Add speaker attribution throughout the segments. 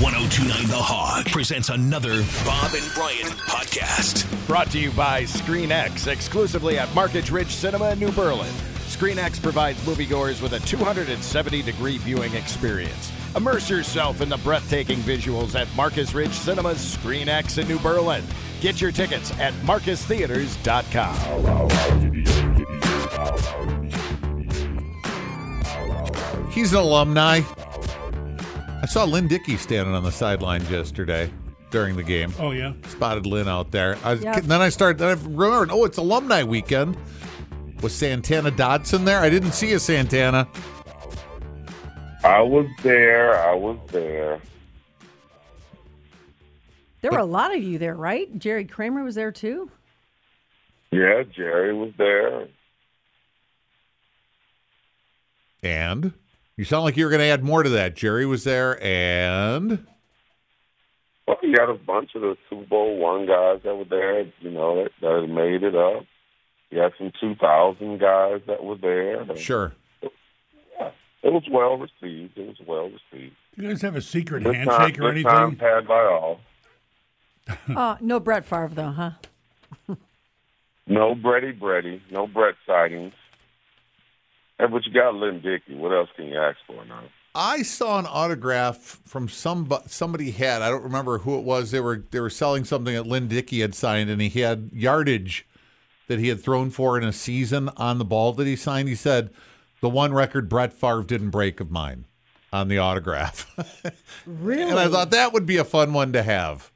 Speaker 1: 1029 The Hog presents another Bob and Brian podcast.
Speaker 2: Brought to you by ScreenX, exclusively at Market Ridge Cinema in New Berlin. ScreenX provides moviegoers with a 270 degree viewing experience. Immerse yourself in the breathtaking visuals at Marcus Ridge Cinema's ScreenX in New Berlin. Get your tickets at marcustheaters.com.
Speaker 3: He's an alumni. I saw Lynn Dickey standing on the sidelines yesterday during the game.
Speaker 4: Oh yeah,
Speaker 3: Spotted Lynn out there. I was,
Speaker 5: Yeah.
Speaker 3: Then I started. Then I remembered. Oh, it's alumni weekend. Was Santana Dodson there? I didn't see a Santana.
Speaker 6: I was there. I was there.
Speaker 5: There were a lot of you there, right? Jerry Kramer was there too.
Speaker 6: Yeah, Jerry was there.
Speaker 3: And you sound like you were going to add more to that. Jerry was there, and
Speaker 6: Well, you got a bunch of the Super Bowl one guys that were there. You know that, that made it up. You had some two thousand guys that were there.
Speaker 3: sure.
Speaker 6: It was well received. It was well received.
Speaker 4: do you guys have a secret
Speaker 6: Good
Speaker 4: handshake
Speaker 6: time,
Speaker 4: or
Speaker 6: good Time
Speaker 4: anything?
Speaker 6: had by all.
Speaker 5: Uh, no Brett Favre though, huh?
Speaker 6: No Bretty Bretty. No Brett sightings. Hey, but you got Lynn Dickey. What else can you ask for now?
Speaker 3: I saw an autograph from some somebody had I don't remember who it was. They were they were selling something that Lynn Dickey had signed, and he had yardage that he had thrown for in a season on the ball that he signed. He said, "The one record Brett Favre didn't break of mine." On the autograph,
Speaker 5: Really?
Speaker 3: and I thought that would be a fun one to have.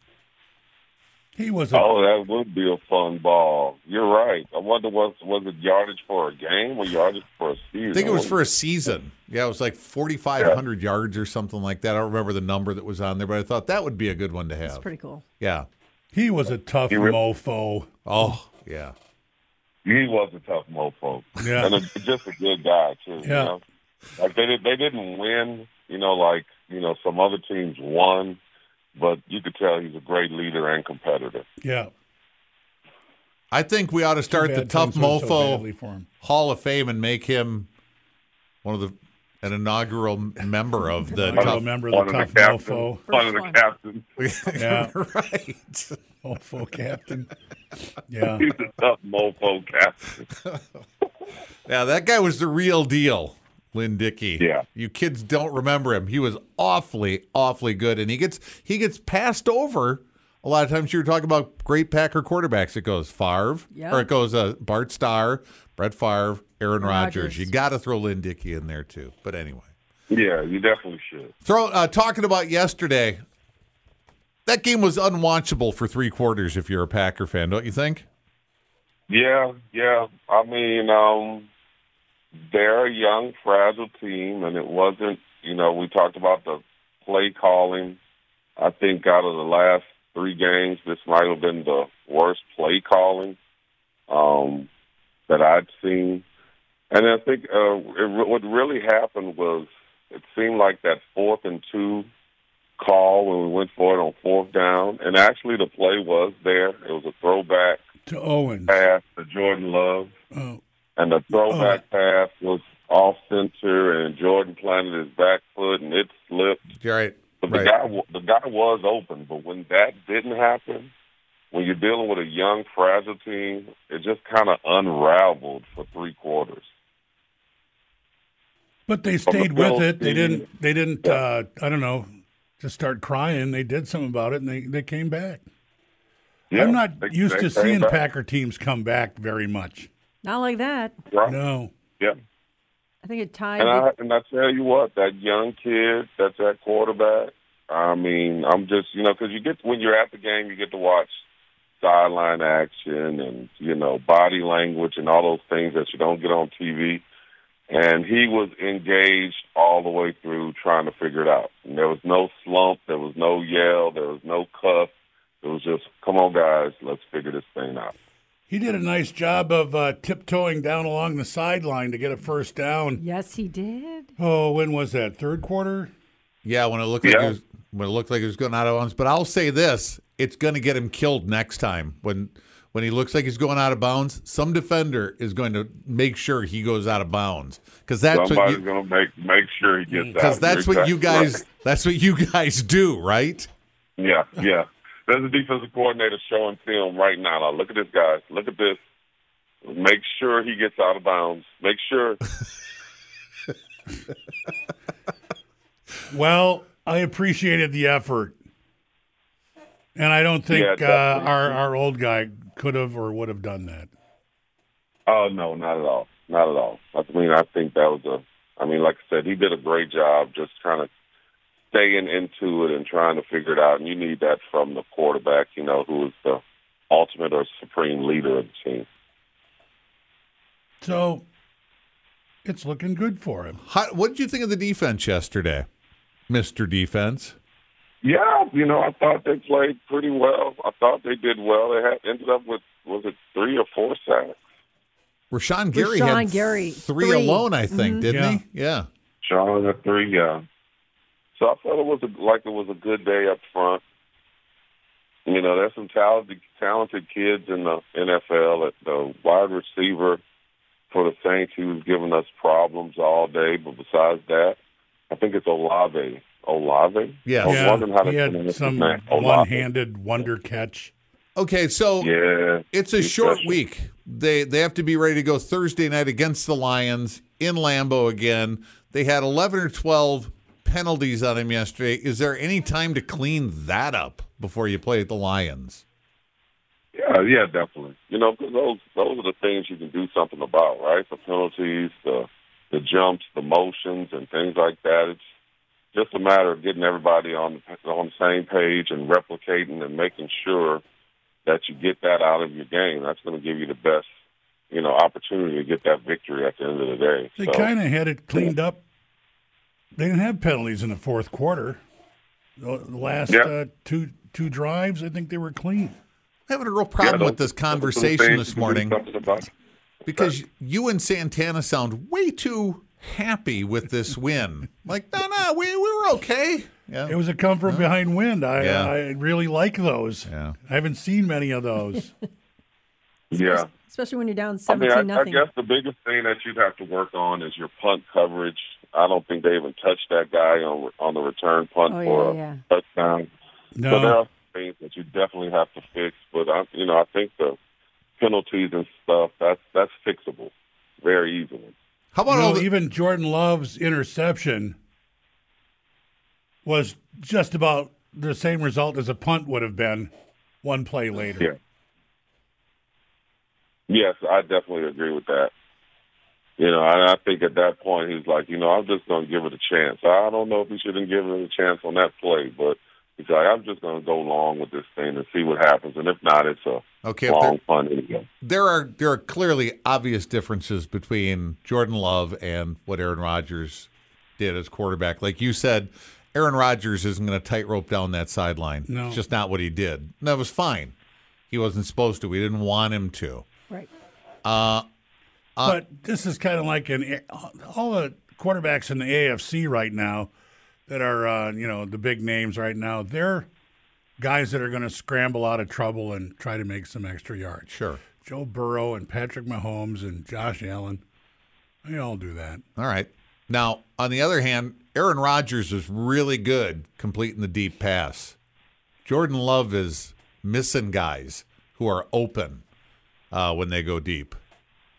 Speaker 4: He was a
Speaker 6: Oh, that would be a fun ball. You're right. I wonder was was it yardage for a game or yardage for a season?
Speaker 3: I think it was for a season. Yeah, it was like forty five hundred yards or something like that. I don't remember the number that was on there, but I thought that would be a good one to
Speaker 5: That's
Speaker 3: have.
Speaker 5: pretty cool.
Speaker 3: yeah.
Speaker 4: he was a tough
Speaker 6: He re-
Speaker 4: mofo.
Speaker 3: Oh, yeah.
Speaker 6: He was a tough mofo,
Speaker 4: Yeah.
Speaker 6: and a, just a good guy too. You
Speaker 4: Yeah.
Speaker 6: know? Like they did, they didn't win, you know, like you know some other teams won, but you could tell he's a great leader and competitor.
Speaker 4: Yeah,
Speaker 3: I think we ought to start
Speaker 4: Too
Speaker 3: the
Speaker 4: bad
Speaker 3: Tough
Speaker 4: things went so
Speaker 3: Mofo
Speaker 4: badly for him.
Speaker 3: Hall of Fame and make him one of the an inaugural member of the
Speaker 4: I don't
Speaker 3: Tough.
Speaker 4: remember
Speaker 6: One
Speaker 4: the
Speaker 6: of
Speaker 4: tough
Speaker 6: the captain,
Speaker 4: mofo,
Speaker 6: one of the
Speaker 5: one.
Speaker 6: captains.
Speaker 4: Yeah.
Speaker 3: right.
Speaker 4: mofo captain. Yeah,
Speaker 6: He's a tough mofo captain.
Speaker 3: Yeah, that guy was the real deal, Lynn Dickey.
Speaker 6: Yeah.
Speaker 3: You kids don't remember him. He was awfully, awfully good. And he gets he gets passed over a lot of times. You were talking about great Packer quarterbacks. It goes Favre.
Speaker 5: Yeah.
Speaker 3: Or it goes uh, Bart Starr, Brett Favre, Aaron Rodgers.
Speaker 5: Rodgers.
Speaker 3: You gotta throw Lynn Dickey in there too. But anyway.
Speaker 6: Yeah, you definitely should.
Speaker 3: Throw uh, talking about yesterday. That game was unwatchable for three quarters if you're a Packer fan, don't you think?
Speaker 6: Yeah, yeah. I mean, um, they're a young, fragile team, and it wasn't. You know, we talked about the play calling. I think out of the last three games, this might have been the worst play calling um, that I'd seen. And I think uh, it, what really happened was it seemed like that fourth and two call when we went for it on fourth down, and actually the play was there. It was a throwback
Speaker 4: to Owens.
Speaker 6: pass to Jordan Love,
Speaker 4: Oh,
Speaker 6: and the throwback pass was off center, and Jordan planted his back foot, and it slipped.
Speaker 3: You're right.
Speaker 6: But
Speaker 3: Right.
Speaker 6: the guy, wa- the guy was open. But when that didn't happen, when you're dealing with a young, fragile team, it just kind of unraveled for three quarters.
Speaker 4: but they stayed with it. They
Speaker 6: Bills
Speaker 4: didn't. They didn't. Uh, I don't know. Just start crying. They did something about it, and they, they came back.
Speaker 6: Yeah,
Speaker 4: I'm not
Speaker 6: they-
Speaker 4: used
Speaker 6: they
Speaker 4: to
Speaker 6: came
Speaker 4: seeing
Speaker 6: back.
Speaker 4: Packer teams come back very much.
Speaker 5: Not like that.
Speaker 6: Right.
Speaker 4: No,
Speaker 6: Yeah.
Speaker 5: I think it tied.
Speaker 6: And I and I tell you what, that young kid, that's that quarterback. I mean, I'm just you know, 'cause you get when you're at the game, you get to watch sideline action and you know body language and all those things that you don't get on TV. And he was engaged all the way through trying to figure it out. And there was no slump, there was no yell, there was no cuff. It was just, come on, guys, let's figure this thing out.
Speaker 4: he did a nice job of uh, tiptoeing down along the sideline to get a first down.
Speaker 5: yes, he did.
Speaker 4: Oh, when was that? Third quarter?
Speaker 3: Yeah, when it looked like
Speaker 6: Yeah.
Speaker 3: it was, when it looked like it was going out of bounds. But I'll say this: it's going to get him killed next time. When when he looks like he's going out of bounds, some defender is going to make sure he goes out of bounds because that's
Speaker 6: Somebody's
Speaker 3: what you,
Speaker 6: gonna make make sure he gets out.
Speaker 3: because
Speaker 6: You're
Speaker 3: that's what you
Speaker 6: exactly
Speaker 3: guys that's what you guys do, right?
Speaker 6: right. Yeah, yeah. There's a defensive coordinator showing film right now. Now, look at this guy. Look at this. Make sure he gets out of bounds. Make sure.
Speaker 4: Well, I appreciated the effort, and I don't think
Speaker 6: Yeah,
Speaker 4: uh,
Speaker 6: definitely.
Speaker 4: our our old guy could have or would have done that.
Speaker 6: Oh no, not at all, not at all. I mean, I think that was a. I mean, like I said, he did a great job just kind of staying into it and trying to figure it out. And you need that from the quarterback, you know, who is the ultimate or supreme leader of the team.
Speaker 4: So it's looking good for him.
Speaker 3: How, what did you think of the defense yesterday, Mister Defense?
Speaker 6: Yeah, you know, I thought they played pretty well. I thought they did well. They had ended up with was it three or four sacks.
Speaker 3: Rashawn Gary had
Speaker 5: Rashawn Gary,
Speaker 3: three,
Speaker 5: three. Mm-hmm.
Speaker 3: alone, I think, didn't he? Yeah.
Speaker 6: Sean had three. Yeah. So I felt it was a, like it was a good day up front. You know, there's some talented talented kids in the NFL. At the wide receiver for the Saints, he was giving us problems all day. But besides that, I think it's Olave. Olave.
Speaker 3: Yes.
Speaker 6: I was
Speaker 4: yeah,
Speaker 6: wondering how to
Speaker 4: he
Speaker 6: pronounce
Speaker 4: had
Speaker 6: his
Speaker 4: some
Speaker 6: name. Olave.
Speaker 4: one-handed wonder catch.
Speaker 3: Okay, so
Speaker 6: Yeah.
Speaker 3: It's a
Speaker 6: He's
Speaker 3: short
Speaker 6: special.
Speaker 3: week. They they have to be ready to go Thursday night against the Lions in Lambeau again. They had 11 or 12 penalties on him yesterday. Is there any time to clean that up before you play the Lions?
Speaker 6: Yeah, uh, yeah, definitely. You know, 'cause those those are the things you can do something about, right? The penalties, the the jumps, the motions, and things like that. It's just a matter of getting everybody on the on the same page and replicating and making sure that you get that out of your game. That's going to give you the best, you know, opportunity to get that victory at the end of the day.
Speaker 4: They
Speaker 6: so,
Speaker 4: kind of had it cleaned up. They didn't have penalties in the fourth quarter. The the last
Speaker 6: Yeah.
Speaker 4: uh, two two drives, I think they were clean.
Speaker 3: I'm having a real
Speaker 6: yeah,
Speaker 3: problem
Speaker 6: those-
Speaker 3: with this
Speaker 6: those are the
Speaker 3: conversation
Speaker 6: things
Speaker 3: this
Speaker 6: you can do
Speaker 3: morning
Speaker 6: something about.
Speaker 3: because you and Santana sound way too happy with this win. Like, no, no, we, we were okay.
Speaker 4: It
Speaker 3: Yeah.
Speaker 4: was a come from behind wind. I
Speaker 3: Yeah.
Speaker 4: I really like those.
Speaker 3: Yeah.
Speaker 4: I haven't seen many of those.
Speaker 6: Yeah.
Speaker 5: especially when you're down
Speaker 6: I
Speaker 5: seventeen
Speaker 6: mean, I, I
Speaker 5: nothing.
Speaker 6: guess the biggest thing that you'd have to work on is your punt coverage. I don't think they even touched that guy on on the return punt
Speaker 5: Oh,
Speaker 6: for
Speaker 5: yeah,
Speaker 6: a touchdown.
Speaker 4: no.
Speaker 6: So there are things that you definitely have to fix. But I, you know, I think the penalties and stuff that's that's fixable very easily.
Speaker 3: How about
Speaker 4: You know,
Speaker 3: all the,
Speaker 4: even Jordan Love's interception was just about the same result as a punt would have been one play later.
Speaker 6: Yeah. Yes, I definitely agree with that. You know, and I think at that point he's like, you know, I'm just going to give it a chance. I don't know if he shouldn't give it a chance on that play, but he's like, I'm just going to go along with this thing and see what happens. And if not, it's a
Speaker 3: okay, if they're-
Speaker 6: long punt anyway.
Speaker 3: there are there are clearly obvious differences between Jordan Love and what Aaron Rodgers did as quarterback. Like you said, Aaron Rodgers isn't going to tightrope down that sideline.
Speaker 4: No.
Speaker 3: It's just not what he did. And that was fine. He wasn't supposed to. We didn't want him to.
Speaker 5: right.
Speaker 3: Uh,
Speaker 4: But this is kind of like an all the quarterbacks in the AFC right now that are uh, you know the big names right now. They're guys that are going to scramble out of trouble and try to make some extra yards.
Speaker 3: Sure.
Speaker 4: Joe Burrow and Patrick Mahomes and Josh Allen, they all do that.
Speaker 3: All right. Now, on the other hand, Aaron Rodgers is really good completing the deep pass. Jordan Love is missing guys who are open uh, when they go deep.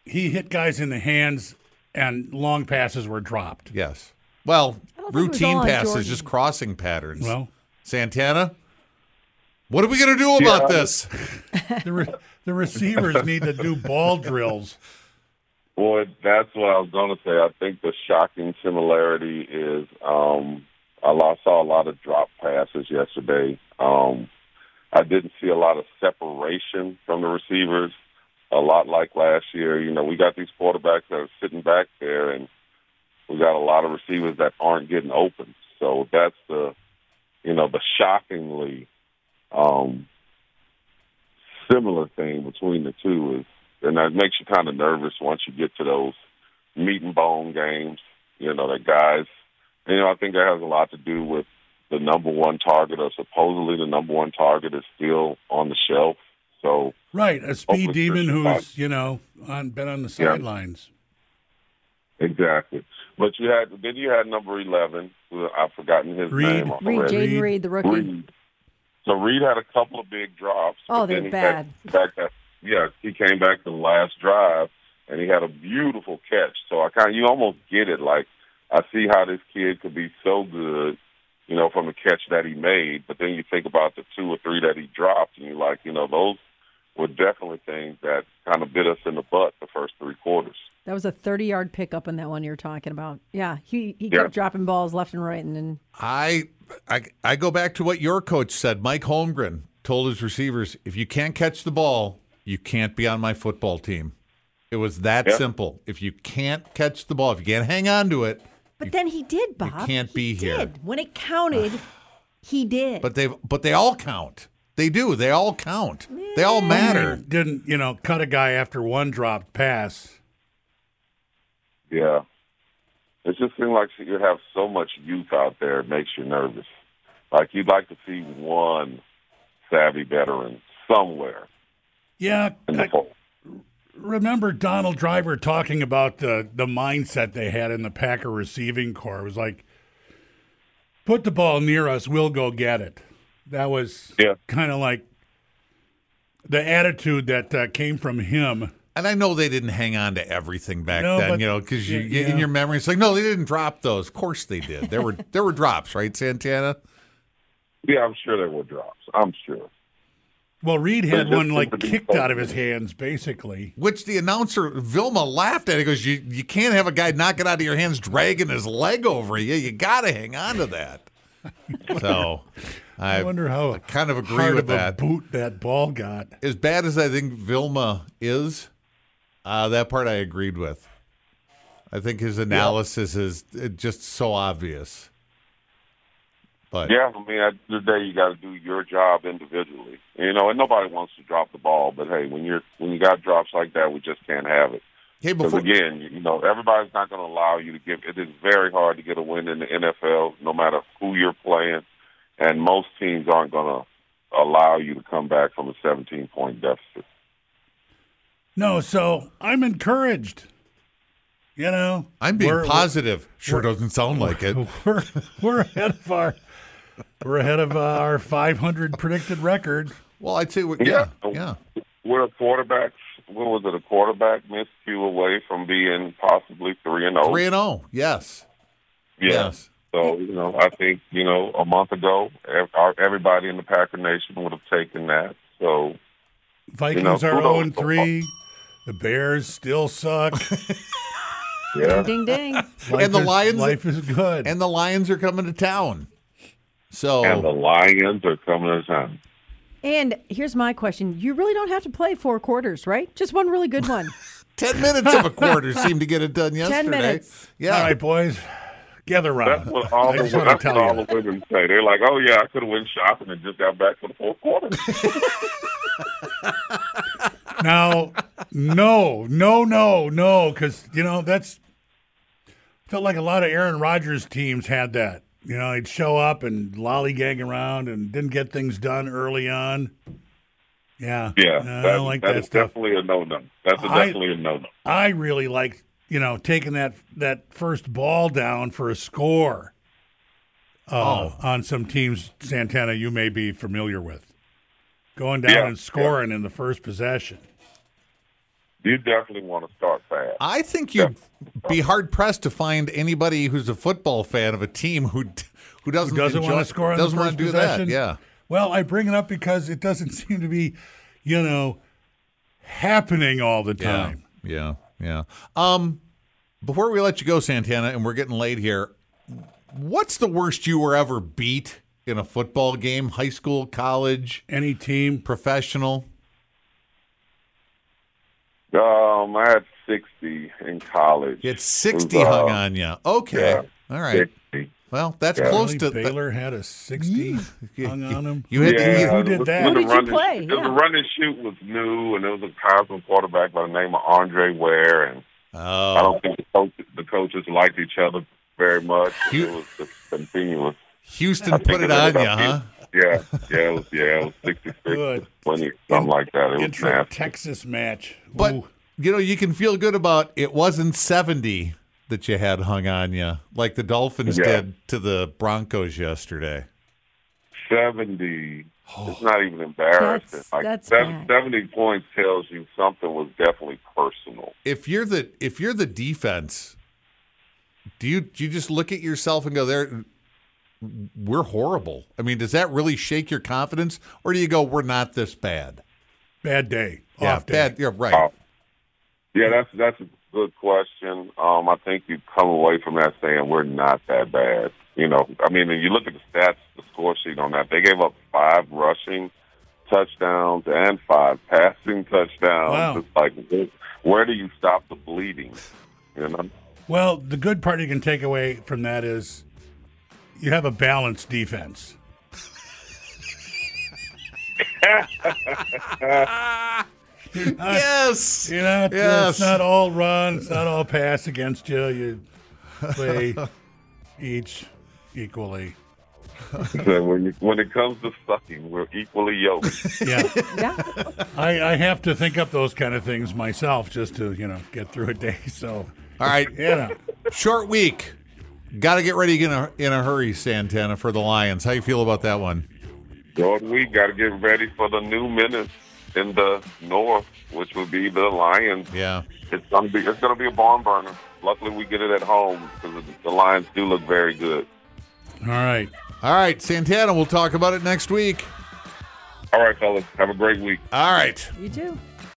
Speaker 4: He hit guys in the hands, and long passes were dropped.
Speaker 3: Yes. Well,
Speaker 5: I don't think it was all
Speaker 3: routine
Speaker 5: on
Speaker 3: passes,
Speaker 5: Jordan.
Speaker 3: just crossing patterns.
Speaker 4: Well,
Speaker 3: Santana, what are we going to do about
Speaker 6: Yeah.
Speaker 3: this?
Speaker 4: the re- the receivers need to do ball drills.
Speaker 6: Boy, that's what I was going to say. I think the shocking similarity is um, I lo- saw a lot of drop passes yesterday. Um, I didn't see a lot of separation from the receivers, a lot like last year. You know, we got these quarterbacks that are sitting back there, and we got a lot of receivers that aren't getting open. So that's the, you know, the shockingly um, similar thing between the two is and that makes you kind of nervous once you get to those meat and bone games. You know, that guys, you know, I think that has a lot to do with the number one target, or supposedly the number one target, is still on the shelf. So
Speaker 4: Right, a speed
Speaker 6: Oakland
Speaker 4: demon
Speaker 6: Christian
Speaker 4: who's you know on been on the
Speaker 6: Yeah.
Speaker 4: sidelines.
Speaker 6: exactly. But you had then you had number eleven. who- I've forgotten his
Speaker 4: Reed.
Speaker 6: name
Speaker 5: Reed,
Speaker 6: already.
Speaker 5: Jaden
Speaker 4: Reed.
Speaker 5: Reed, the rookie.
Speaker 6: Reed. So Reed had a couple of big drops.
Speaker 5: Oh,
Speaker 6: but
Speaker 5: they're
Speaker 6: then he had-
Speaker 5: bad.
Speaker 6: Back that, yeah, he came back the last drive and he had a beautiful catch. So I kind of you almost get it. Like I see how this kid could be so good, you know, from the catch that he made. But then you think about the two or three that he dropped, and you're like, you know, those were definitely things that kind of bit us in the butt the first three quarters.
Speaker 5: That was a 30 yard pickup in that one you're talking about. Yeah, he, he
Speaker 6: Yeah.
Speaker 5: kept dropping balls left and right. And then,
Speaker 3: I, I I go back to what your coach said. Mike Holmgren told his receivers, "If you can't catch the ball, you can't be on my football team." It was that
Speaker 6: Yeah.
Speaker 3: simple. If you can't catch the ball, if you can't hang on to it,
Speaker 5: but then he did, Bob.
Speaker 3: can't be
Speaker 5: He
Speaker 3: here.
Speaker 5: did. When it counted, he did.
Speaker 3: but they but they all count. They do. They all count. They all matter.
Speaker 4: Didn't you know cut a guy after one dropped pass?
Speaker 6: Yeah. It just seems like you have so much youth out there, it makes you nervous. Like, you'd like to see one savvy veteran somewhere
Speaker 4: Yeah,
Speaker 6: in the
Speaker 4: I-
Speaker 6: fold.
Speaker 4: remember Donald Driver talking about the the mindset they had in the Packer receiving core. It was like, put the ball near us, we'll go get it. That was
Speaker 6: Yeah.
Speaker 4: kind of like the attitude that uh, came from him.
Speaker 3: And I know they didn't hang on to everything back
Speaker 4: No,
Speaker 3: then,
Speaker 4: but-
Speaker 3: you know, because you
Speaker 4: yeah, yeah.
Speaker 3: in your memory, it's like, no, they didn't drop those. Of course they did. There were there were drops, right, Santana?
Speaker 6: Yeah, I'm sure there were drops. I'm sure.
Speaker 4: Well, Reed had
Speaker 6: But it
Speaker 4: one
Speaker 6: just
Speaker 4: like
Speaker 6: seemed to be
Speaker 4: kicked
Speaker 6: so-
Speaker 4: out of his hands, basically.
Speaker 3: Which the announcer Vilma laughed at. He goes, "You you can't have a guy knock it out of your hands, dragging his leg over you. You got to hang on to that." So,
Speaker 4: I,
Speaker 3: I
Speaker 4: wonder how
Speaker 3: kind of agree
Speaker 4: hard
Speaker 3: with
Speaker 4: of
Speaker 3: that.
Speaker 4: a boot that ball got.
Speaker 3: as bad as I think Vilma is, uh, that part I agreed with. I think his analysis is uh, just so obvious. But
Speaker 6: Yeah, I mean, at the end of the day, you got to do your job individually. You know, and nobody wants to drop the ball, but hey, when you're when you got drops like that, we just can't have it.
Speaker 3: hey,
Speaker 6: Because
Speaker 3: before
Speaker 6: again, you know, everybody's not going to allow you to give. It is very hard to get a win in the NFL, no matter who you're playing, and most teams aren't going to allow you to come back from a 17 point deficit.
Speaker 4: No, so I'm encouraged. You know,
Speaker 3: I'm being
Speaker 4: We're- we're-
Speaker 3: positive. Sure doesn't sound like it.
Speaker 4: we're we're ahead of our we're ahead of uh, our 500 predicted record.
Speaker 3: Well, I'd say, we- yeah,
Speaker 6: Yeah.
Speaker 3: yeah.
Speaker 6: We're a quarterback. What was it? A quarterback miscue away from being possibly three and zero.
Speaker 3: Three and oh, yes.
Speaker 6: Yeah.
Speaker 3: Yes.
Speaker 6: So you know, I think you know, a month ago, ev- our- everybody in the Packer Nation would have taken that. So
Speaker 4: Vikings
Speaker 6: You know, who
Speaker 4: are
Speaker 6: knows?
Speaker 4: 0 and 3. The Bears still suck. Life
Speaker 6: yeah,
Speaker 3: Oh.
Speaker 5: ding, ding.
Speaker 3: And the
Speaker 4: is-
Speaker 3: Lions-
Speaker 4: Life is good.
Speaker 3: And the Lions are coming to town. So
Speaker 6: and the Lions are coming to town.
Speaker 5: and here's my question You really don't have to play four quarters, right? Just one really good one.
Speaker 3: 10 minutes of a quarter seemed to get it done yesterday.
Speaker 5: minutes.
Speaker 3: Yeah.
Speaker 4: All right, boys. Gather
Speaker 6: That's
Speaker 4: round.
Speaker 6: what all
Speaker 4: I
Speaker 6: the
Speaker 4: just want
Speaker 6: that's
Speaker 4: to
Speaker 6: what
Speaker 4: tell
Speaker 6: all
Speaker 4: you.
Speaker 6: the women say. They're like, "Oh yeah, I could have went shopping and just got back for the fourth quarter."
Speaker 4: Now, no, no, no, no, because, you know, that's felt like a lot of Aaron Rodgers teams had that. You know, he'd show up and lollygag around and didn't get things done early on. Yeah. Uh,
Speaker 6: yeah,
Speaker 4: I
Speaker 6: that-
Speaker 4: don't like
Speaker 6: that
Speaker 4: that
Speaker 6: is
Speaker 4: stuff.
Speaker 6: definitely a no-no. That's a
Speaker 4: I-
Speaker 6: definitely a no-no.
Speaker 4: I really like you know taking that that first ball down for a score. Uh, on some teams, Santana, you may be familiar with going down
Speaker 6: Yeah,
Speaker 4: and scoring in the first possession.
Speaker 6: You definitely want to start fast.
Speaker 3: I think you'd be hard pressed to find anybody who's a football fan of a team who d- who doesn't
Speaker 4: Who doesn't
Speaker 3: enjoy-
Speaker 4: want to score on
Speaker 3: doesn't
Speaker 4: the
Speaker 3: want
Speaker 4: first
Speaker 3: to do
Speaker 4: possession?
Speaker 3: that. Yeah,
Speaker 4: Well, I bring it up because it doesn't seem to be, you know, happening all the
Speaker 3: yeah,
Speaker 4: time.
Speaker 3: yeah, yeah. Um, before we let you go, Santana, and we're getting late here. What's the worst you were ever beat in a football game? High school, college,
Speaker 4: Any team,
Speaker 3: professional?
Speaker 6: Um, I had sixty in college.
Speaker 3: You had sixty
Speaker 6: It was,
Speaker 3: hung
Speaker 6: uh,
Speaker 3: on you. Okay, all right.
Speaker 6: 60.
Speaker 3: Well, that's
Speaker 6: Yeah.
Speaker 3: close
Speaker 4: only
Speaker 3: to. th-
Speaker 4: Baylor had a sixty hung on him.
Speaker 3: You had,
Speaker 6: Yeah,
Speaker 3: you had-
Speaker 4: Who did
Speaker 6: with-
Speaker 4: that?
Speaker 5: Who
Speaker 6: with the
Speaker 5: did you
Speaker 6: run and-
Speaker 5: play?
Speaker 6: The
Speaker 5: Yeah.
Speaker 6: run and shoot was new, and there was a Cosmo quarterback by the name of Andre Ware, and
Speaker 3: oh.
Speaker 6: I don't think the, coach, the coaches liked each other very much.
Speaker 3: You-
Speaker 6: it was just continuous.
Speaker 3: Houston
Speaker 6: I think
Speaker 3: put
Speaker 6: it
Speaker 3: it
Speaker 6: was
Speaker 3: on you,
Speaker 6: about
Speaker 3: huh?
Speaker 6: yeah, yeah, it was, yeah, it was 66,
Speaker 4: Good.
Speaker 6: 20, something like that. It was
Speaker 4: Intra
Speaker 6: nasty.
Speaker 4: Texas match.
Speaker 3: But
Speaker 4: Ooh.
Speaker 3: you know, you can feel good about it wasn't 70 that you had hung on you like the Dolphins
Speaker 6: Yeah.
Speaker 3: did to the Broncos yesterday.
Speaker 6: 70. It's not even embarrassing.
Speaker 5: Oh, That's-
Speaker 6: like
Speaker 5: that's bad.
Speaker 6: 70 points tells you something was definitely personal.
Speaker 3: If you're the if you're the defense, do you do you just look at yourself and go there we're horrible. I mean, does that really shake your confidence or do you go we're not this bad?
Speaker 4: bad day.
Speaker 3: Yeah,
Speaker 4: off day.
Speaker 3: bad. Yeah, right.
Speaker 6: Oh. Yeah, that's that's a good question. Um, I think you come away from that saying we're not that bad. You know, I mean, and you look at the stats, the score sheet on that. They gave up five rushing touchdowns and five passing touchdowns.
Speaker 4: Wow.
Speaker 6: It's like, where- where do you stop the bleeding? You know,
Speaker 4: Well, the good part you can take away from that is you have a balanced defense. You're not-
Speaker 3: Yes.
Speaker 4: You're not,
Speaker 3: Yes.
Speaker 4: It's not all run. It's not all pass against you. You play each equally.
Speaker 6: So when you, when it comes to sucking, we're equally yoked.
Speaker 4: Yeah,
Speaker 5: Yeah.
Speaker 4: I, I have to think up those kind of things myself just to you know get through a day. So
Speaker 3: All right.
Speaker 4: you know,
Speaker 3: Short week. Got to get ready in a, in a hurry, Santana, for the Lions. How you feel about that one?
Speaker 6: Jordan, we got to get ready for the new menace in the north, which would be the Lions.
Speaker 3: Yeah.
Speaker 6: It's gonna be it's gonna be a barn burner. Luckily, we get it at home because the Lions do look very good.
Speaker 4: all right.
Speaker 3: All right, Santana, we'll talk about it next week.
Speaker 6: All right, fellas, have a great week.
Speaker 3: All right.
Speaker 5: You do.